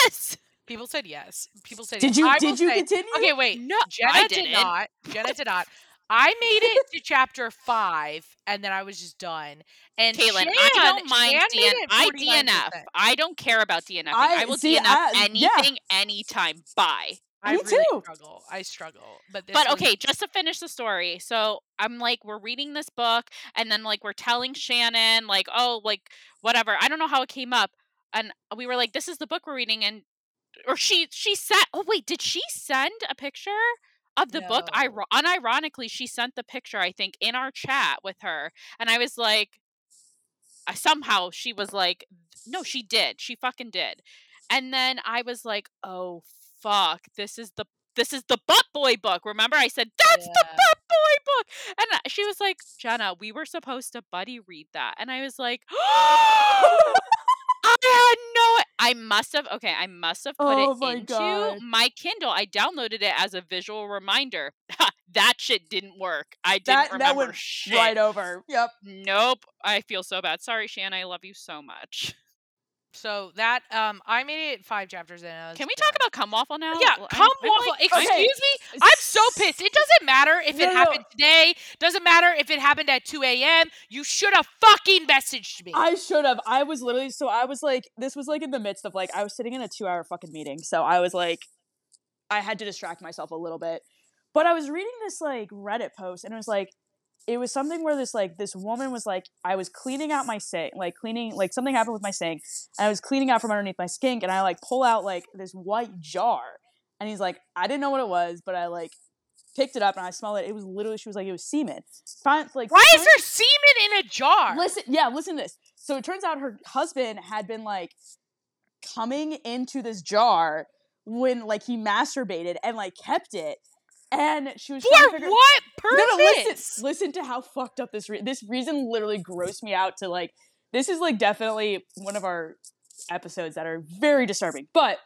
yes. People said yes. People said yes. Did you I will did you say- continue? Okay, wait. No, Jenna I did didn't. not. Jenna did not. I made it to chapter five, and then I was just done. And Caitlin, Shan, I don't mind Shan made DN- it I 49%. DNF. I don't care about DNF. I- I, will see, DNF I- yeah. anything, anytime. Bye. I Me really too. struggle. I struggle. But this but was- okay, just to finish the story. So I'm like, we're reading this book, and then like we're telling Shannon, like, oh, like whatever. I don't know how it came up, and we were like, this is the book we're reading, and or she she sent. Oh wait, did she send a picture of the book? I No. unironically she sent the picture. I think in our chat with her, and I was like, I, somehow she was like, no, she did. She fucking did. And then I was like, oh fuck, this is the this is the butt boy book. Remember I said that's the Yeah. butt boy book. And I- she was like, Jenna, we were supposed to buddy read that. And I was like, I had no I must have okay, I must have put Oh it my into God. my Kindle. I downloaded it as a visual reminder. that shit didn't work. I didn't That- that remember went shit. right over. Yep. Nope. I feel so bad. Sorry, Shan. I love you so much. So that um, I made it five chapters in. I was Can we talk done. about cum waffle now? Yeah, Well, I'm- come I'm waffle. like- Excuse okay. me. I'm so pissed. It doesn't matter if No, it no, no. happened today. Doesn't matter if it happened at 2 a.m. You should have fucking messaged me. I should have. I was literally so I was like this was like in the midst of like I was sitting in a 2-hour fucking meeting. So I was like I had to distract myself a little bit. But I was reading this like Reddit post and it was like it was something where this like this woman was like I was cleaning out my sink, like cleaning like something happened with my sink and I was cleaning out from underneath my sink and I like pull out like this white jar and he's like I didn't know what it was, but I like picked it up and I smelled it. It was literally she was like it was semen. Fin- like Why is fin- there semen in a jar? Listen, yeah, listen to this. So it turns out her husband had been like coming into this jar when like he masturbated and like kept it, and she was trying to For figure- what No, purpose? no, listen, listen to how fucked up this re- this reason literally grossed me out to like this is like definitely one of our episodes that are very disturbing, but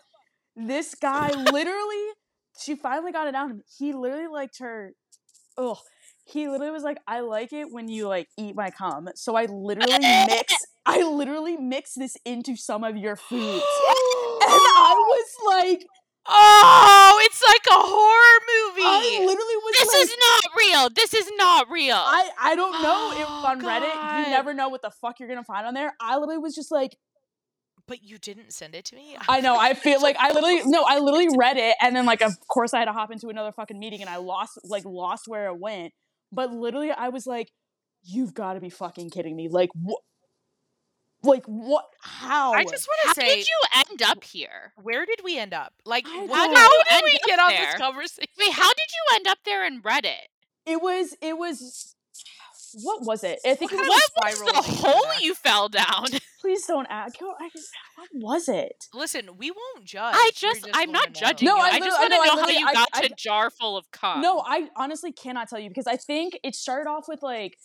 this guy literally she finally got it out and he literally liked her oh he literally was like i like it when you like eat my cum so i literally mix i literally mix this into some of your foods and i was like Oh, it's like a horror movie. i literally was This like is not real. This is not real. I, I don't know if Oh, on Reddit God. you never know what the fuck you're gonna find on there. I literally was just like, but you didn't send it to me. I know. I feel like I literally no. I literally read it, and then like of course I had to hop into another fucking meeting, and I lost like lost where it went. But literally, I was like, "You've got to be fucking kidding me!" Like what? Like what? How? I just How want to say, did you end up here? where did we end up? Like, I wh- don't how know. did End we up get on there. this conversation? Wait, how did you end up there in Reddit? it was. It was. What was it? I think it was. What What kind was of spiral the did you go hole down? you fell down? Please don't ask. I can't- I can- What was it? Listen, we won't judge. I We're just, I'm not gonna know. judging No, you. I I, literally- just want to no, I know how literally- you I- got I- to a jar full of cum. No, I honestly cannot tell you because I think it started off with like,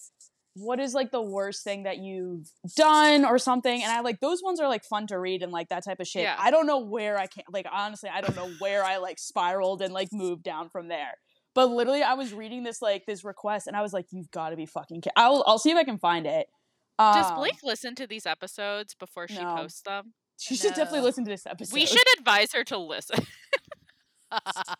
what is like the worst thing that you've done or something? And I like those ones are like fun to read and like that type of shit. Yeah. I don't know where I can like honestly, I don't know where I like spiraled and like moved down from there. But literally, I was reading this like this request and I was like, you've got to be fucking. Ki-. I'll I'll see if I can find it. Um, Does Blake listen to these episodes before she no. posts them? She should definitely No. listen to this episode. We should advise her to listen.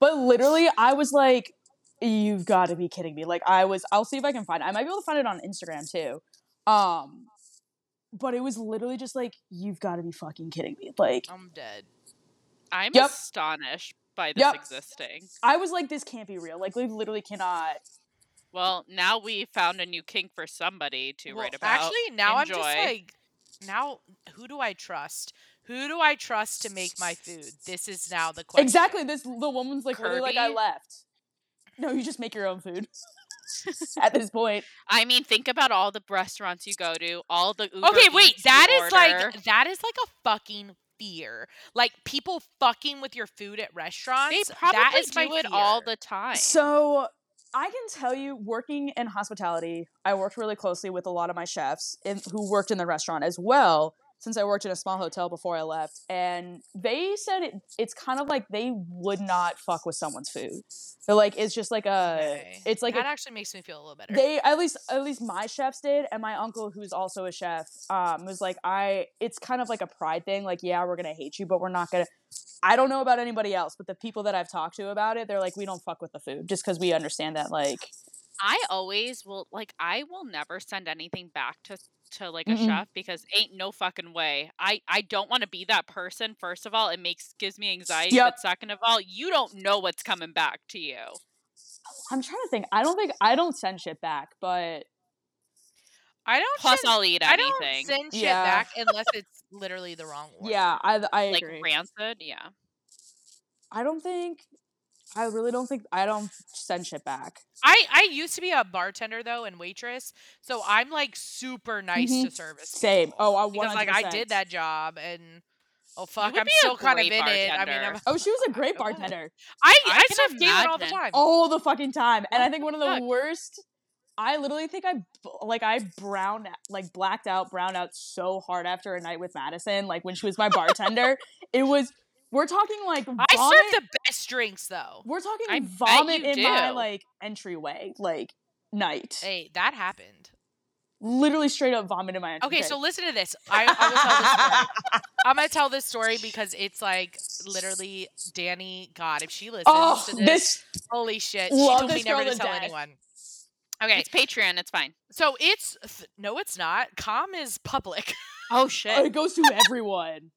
But literally, I was like, "You've got to be kidding me!" Like, I was. I'll see if I can find it. I might be able to find it on Instagram too. Um, but it was literally just like, "You've got to be fucking kidding me!" Like, I'm dead. I'm Yep. astonished by this Yep. existing. I was like, "This can't be real!" Like, we literally cannot. Well, now we found a new kink for somebody to Well, write about. Actually, now I'm just Enjoy. like, now who do I trust? Who do I trust to make my food? This is now the question. Exactly. This the woman's like, literally, like I Kirby? left. No, you just make your own food. At this point, I mean, think about all the restaurants you go to, all the Uber Okay, wait. Eats That you is order. like that is like a fucking fear. Like people fucking with your food at restaurants. they probably that is my do it all fear. the time. so I can tell you, working in hospitality, I worked really closely with a lot of my chefs in, who worked in the restaurant as well. Since I worked in a small hotel before I left, and they said it, it's kind of like they would not fuck with someone's food. They're like, it's just like a, Okay. it's like a that actually makes me feel a little better. they at least at least my chefs did and my uncle who's also a chef um was like i it's kind of like a pride thing like yeah we're gonna hate you but we're not gonna i don't know about anybody else but the people that i've talked to about it they're like we don't fuck with the food just because we understand that like I always will like I will never send anything back to to like a Mm-mm. chef because ain't no fucking way. I I don't want to be that person. First of all, it makes gives me anxiety. Yep. But second of all, you don't know what's coming back to you. i'm trying to think i don't think i don't send shit back but I don't. Plus, send, I'll eat I don't anything send shit Yeah. back unless it's literally the wrong one. yeah i i like agree rancid. Yeah, i don't think i really don't think i don't send shit back I I used to be a bartender though and waitress, so I'm like super nice to service. Mm-hmm. same people. oh i want because like I did that job and oh fuck, would I'm be a still kind of in great it. I mean, bartender. I'm, oh she was a great I want- bartender I I I, can serve Galen all the imagine. time. all the fucking time. And I think one of the fuck? worst. I literally think I b- like I browned like blacked out, browned out so hard after a night with Madison. Like when she was my bartender, it was. We're talking like vomit. I serve the best drinks though. we're talking I bet vomit you in my do. like entryway, like night. Hey, that happened. Literally straight up vomit in my entryway. Okay, so listen to this. I, I'm gonna tell this story. I'm gonna tell this story because it's like literally Danny. God, if she listens oh, to this, this holy shit, she love told me this never girl to to tell death. anyone. Okay, it's Patreon. It's fine. so it's th- no, it's not. Com is public. Oh shit! it goes to everyone.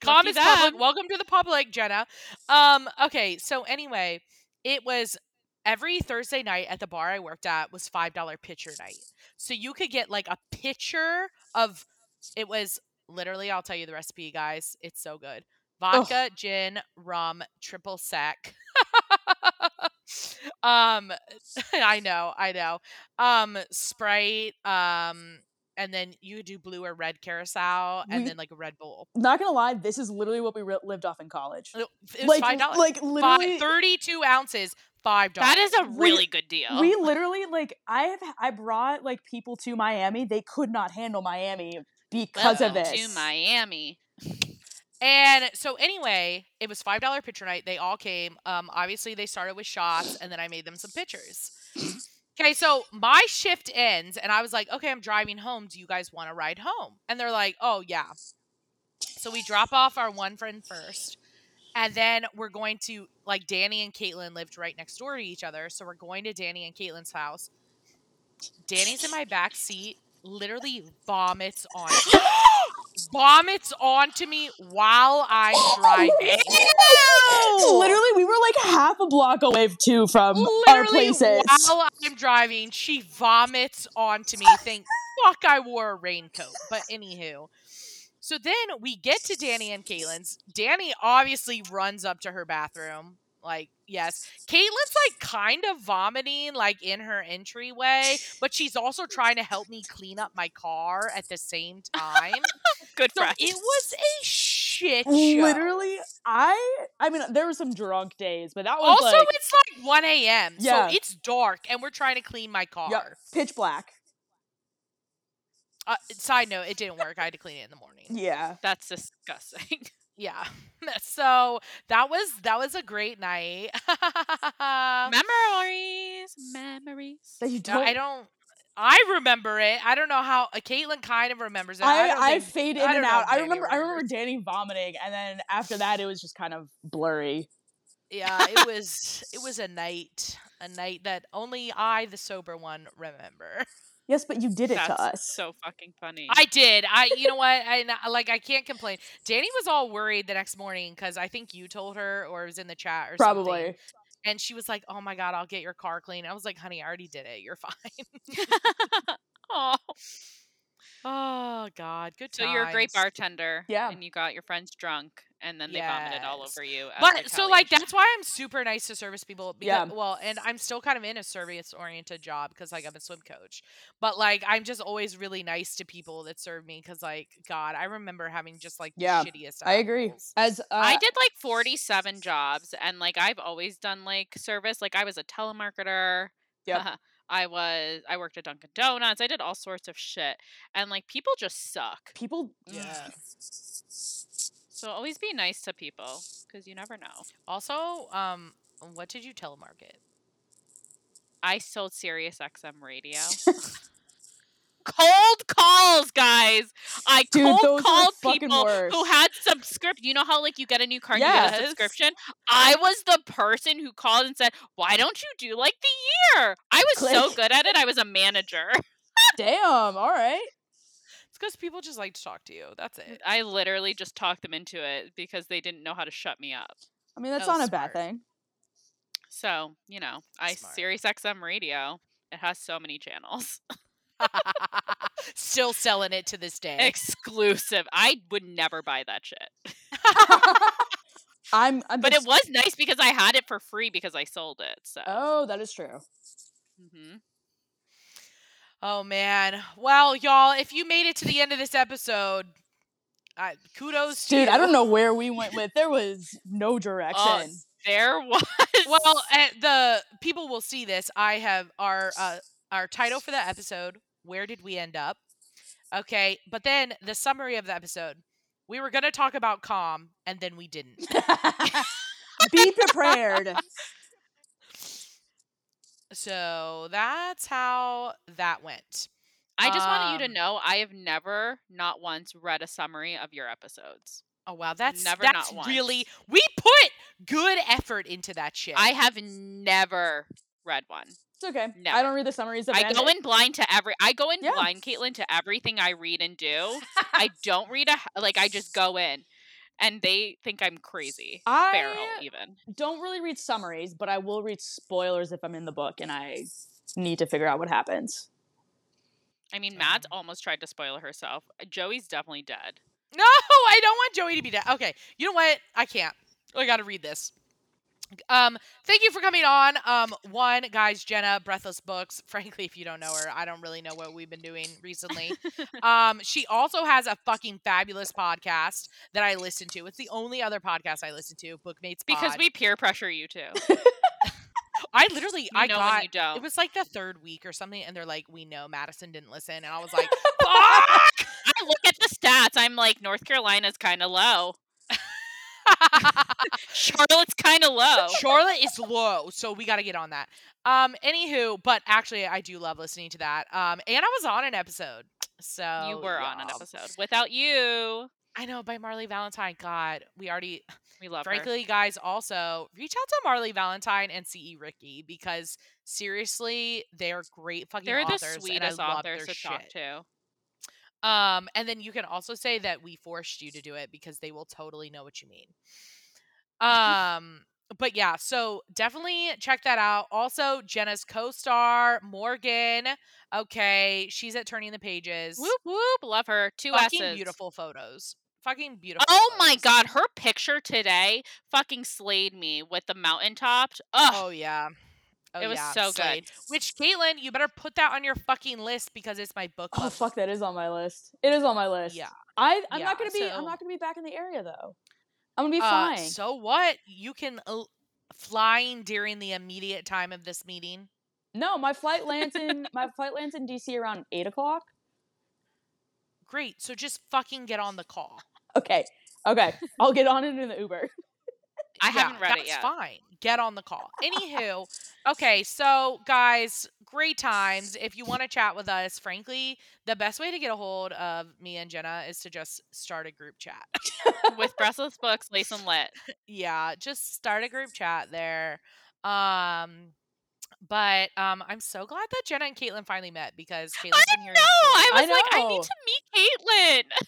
Com Lucky is public. them. Welcome to the public, Jenna. Um, okay, so anyway, it was every Thursday night at the bar I worked at was five dollar pitcher night. So you could get like a pitcher of it was literally I'll tell you the recipe, guys. It's so good. Vodka, gin, rum, triple sec. um I know, I know. Um Sprite, um, and then you could do blue or red carousel and Mm-hmm. We- then like a Red Bull. Not gonna lie, this is literally what we re- lived off in college. It it was like, five dollars. like Five, literally, 32 ounces, five dollars. That is a We- really good deal. We literally like I have I brought like people to Miami. They could not handle Miami because of Welcome this. to Miami. and so anyway, it was five dollar pitcher night. They all came. Um, obviously they started with shots, and then I made them some pitchers. Okay, so my shift ends, and I was like, okay, I'm driving home. Do you guys want to ride home? And they're like, oh yeah. So we drop off our one friend first. And then we're going to like Danny and Caitlin lived right next door to each other. So we're going to Danny and Caitlin's house. Danny's in my back seat, literally vomits on me. vomits onto me while I'm driving. Oh, literally, we were like half a block away too from our literally places. while I'm driving, she vomits onto me. Thank fuck I wore a raincoat. But anywho. So then we get to Danny and Caitlin's. Danny obviously runs up to her bathroom. Like, yes. Caitlin's like kind of vomiting, like in her entryway, but she's also trying to help me clean up my car at the same time. Good So friend. it was a shit show. Literally, I I mean there were some drunk days, but that was Also, like it's like 1 a.m. Yeah. So it's dark and we're trying to clean my car. yeah, pitch black. Uh, side note, it didn't work. I had to clean it in the morning. Yeah. That's disgusting. Yeah. So that was that was a great night. um No, memories, memories. That you don't I don't. I remember it. I don't know how. Uh, Caitlin kind of remembers it. I, I, don't I, think- fade in I don't and know out. if I Danny remember I remember remembers. Danny vomiting and then after that it was just kind of blurry. yeah, it was it was a night, a night that only I, the sober one, remember. Yes, but you did it That's to us. so fucking funny. I did. I you know what? I n- like I can't complain. Danny was all worried the next morning because I think you told her or it was in the chat or something. Probably. And she was like, "Oh my god, I'll get your car clean." I was like, "Honey, I already did it. You're fine." Aw. Oh God, good. So you're a great Oh, times. bartender. Yeah. And you got your friends drunk and then they vomited all Yes. over you. as But so like retaliation. that's why I'm super nice to service people. uh, Yeah. Because, Well, and I'm still kind of in a service oriented job because like I'm a swim coach, but like I'm just always really nice to people that serve me because like God, I remember having just like the Yeah, shittiest. I agree. assholes. As uh, I did like 47 jobs and like I've always done like service. Like I was a telemarketer. Yep. I was I worked at Dunkin' Donuts. I did all sorts of shit. And like people just suck. people. Yeah. So always be nice to people cuz you never know. Also, um, what did you telemarket? I sold Sirius XM radio. cold calls, guys. I Dude, cold those are the called fucking people who worst. had subscription. You know how like you get a new car and you get a Yes. subscription? I was the person who called and said, "Why don't you do like the year?" I was so Click. good at it. I was a manager. Damn. All right. It's because people just like to talk to you. That's it. I literally just talked them into it because they didn't know how to shut me up. I mean, that's That was not a bad smart. thing. So, you know, I Smart. Sirius XM radio. It has so many channels. Still selling it to this day. Exclusive. I would never buy that shit. I'm. I'm But it just- was nice because I had it for free because I sold it. So, Oh, that is true. hmm Oh man. Well, y'all, if you made it to the end of this episode, I, kudos to Dude, I you. don't know where we went with. There was no direction. there was. Well, uh, the people will see this. I have our uh, our title for the episode. Where did we end up? Okay, but then the summary of the episode. We were gonna talk about calm, and then we didn't. Be prepared. So that's how that went. I just wanted you to um, know I have never, not once, read a summary of your episodes. Oh wow, that's Never not that's once. really we put good effort into that shit. I have never read one. It's okay. I Never. don't read the summaries of I go anything. in blind to every. I go in Yeah. blind, Caitlin, to everything I read and do. I don't read a h- like. I just go in, and they think I'm crazy. Feral, I even. don't really read summaries, but I will read spoilers if I'm in the book and I need to figure out what happens. I mean, Matt's Um. almost tried to spoil herself. Joey's definitely dead. No, I don't want Joey to be dead. Okay, you know what? I can't. I got to read this. Um, thank you for coming on. Um, one, guys, Jenna, Breathless Books. Frankly, if you don't know her, I don't really know what we've been doing recently. um, she also has a fucking fabulous podcast that I listen to. It's the only other podcast I listen to, Bookmates. Because Pod. we peer pressure you two. I literally, You I know got when you don't. it was like the third week or something, and they're like, "We know Madison didn't listen," and I was like, "Fuck!" I look at the stats. I'm like, North Carolina's kind of low. Charlotte's kind of low. Charlotte is low, so we got to get on that. Um, anywho, but actually, I do love listening to that. Um, and I was on an episode, so you were on an y'all. episode. Without you, I know by Marley Valentine. God, we already, we love her. frankly, guys. Also, reach out to Marley Valentine and C.E. Ricky because seriously, they are great fucking. They're the authors, and I sweetest love authors their to shit. talk to. Um, and then you can also say that we forced you to do it because they will totally know what you mean. Um, but yeah, so definitely check that out. Also, Jenna's co-star Morgan. Okay, she's at Turning the Pages. Whoop whoop, love her. Two Fucking S's. beautiful photos. Fucking beautiful. Oh my photos. god, her picture today fucking slayed me with the mountaintop. Ugh, Oh yeah. Oh, it was yeah, so slayed. good. Which Caitlin, you better put that on your fucking list because it's my book. Oh club fuck, that is on my list. It is on my list. Yeah. I I'm Yeah, not gonna be so- I'm not gonna be back in the area though. I'm gonna be Uh, flying. so what? You can uh, flying during the immediate time of this meeting. no, my flight lands in my flight lands in DC around eight o'clock. Great. So just fucking get on the call. Okay. Okay. I'll get on it in the Uber. I haven't read it that's yet. Fine. Get on the call. Anywho, okay, so guys, great times. If you want to chat with us, frankly, the best way to get a hold of me and Jenna is to just start a group chat. with Breathless Books, Lace and Lit. yeah, just start a group chat there. Um but um I'm so glad that Jenna and Caitlin finally met because Caitlin's been here. No, I was I like, I know. need to meet Caitlin.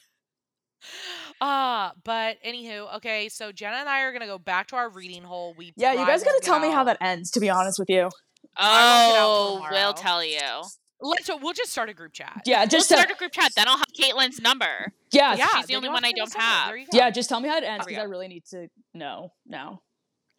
Uh, but anywho, okay, so Jenna and I are gonna go back to our reading hole. We Yeah, you probably guys gotta won't get tell me how out. that ends, to be honest with I you. won't get out Oh, we'll tomorrow. tell you. Let's. So we'll just start a group chat. Yeah, We'll just to- start a group chat. Then I'll have Caitlin's number. yeah, yeah, she's the there only you one I have to don't decide. have. There you go. yeah. Just tell me how to end Hurry because I up. really need to know now.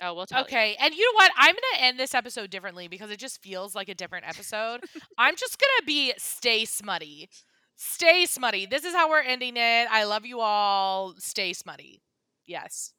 Oh, we'll tell you. Okay, and you know what? I'm gonna end this episode differently because it just feels like a different episode. I'm just gonna be stay smutty, stay smutty. This is how we're ending it. I love you all. Stay smutty. Yes.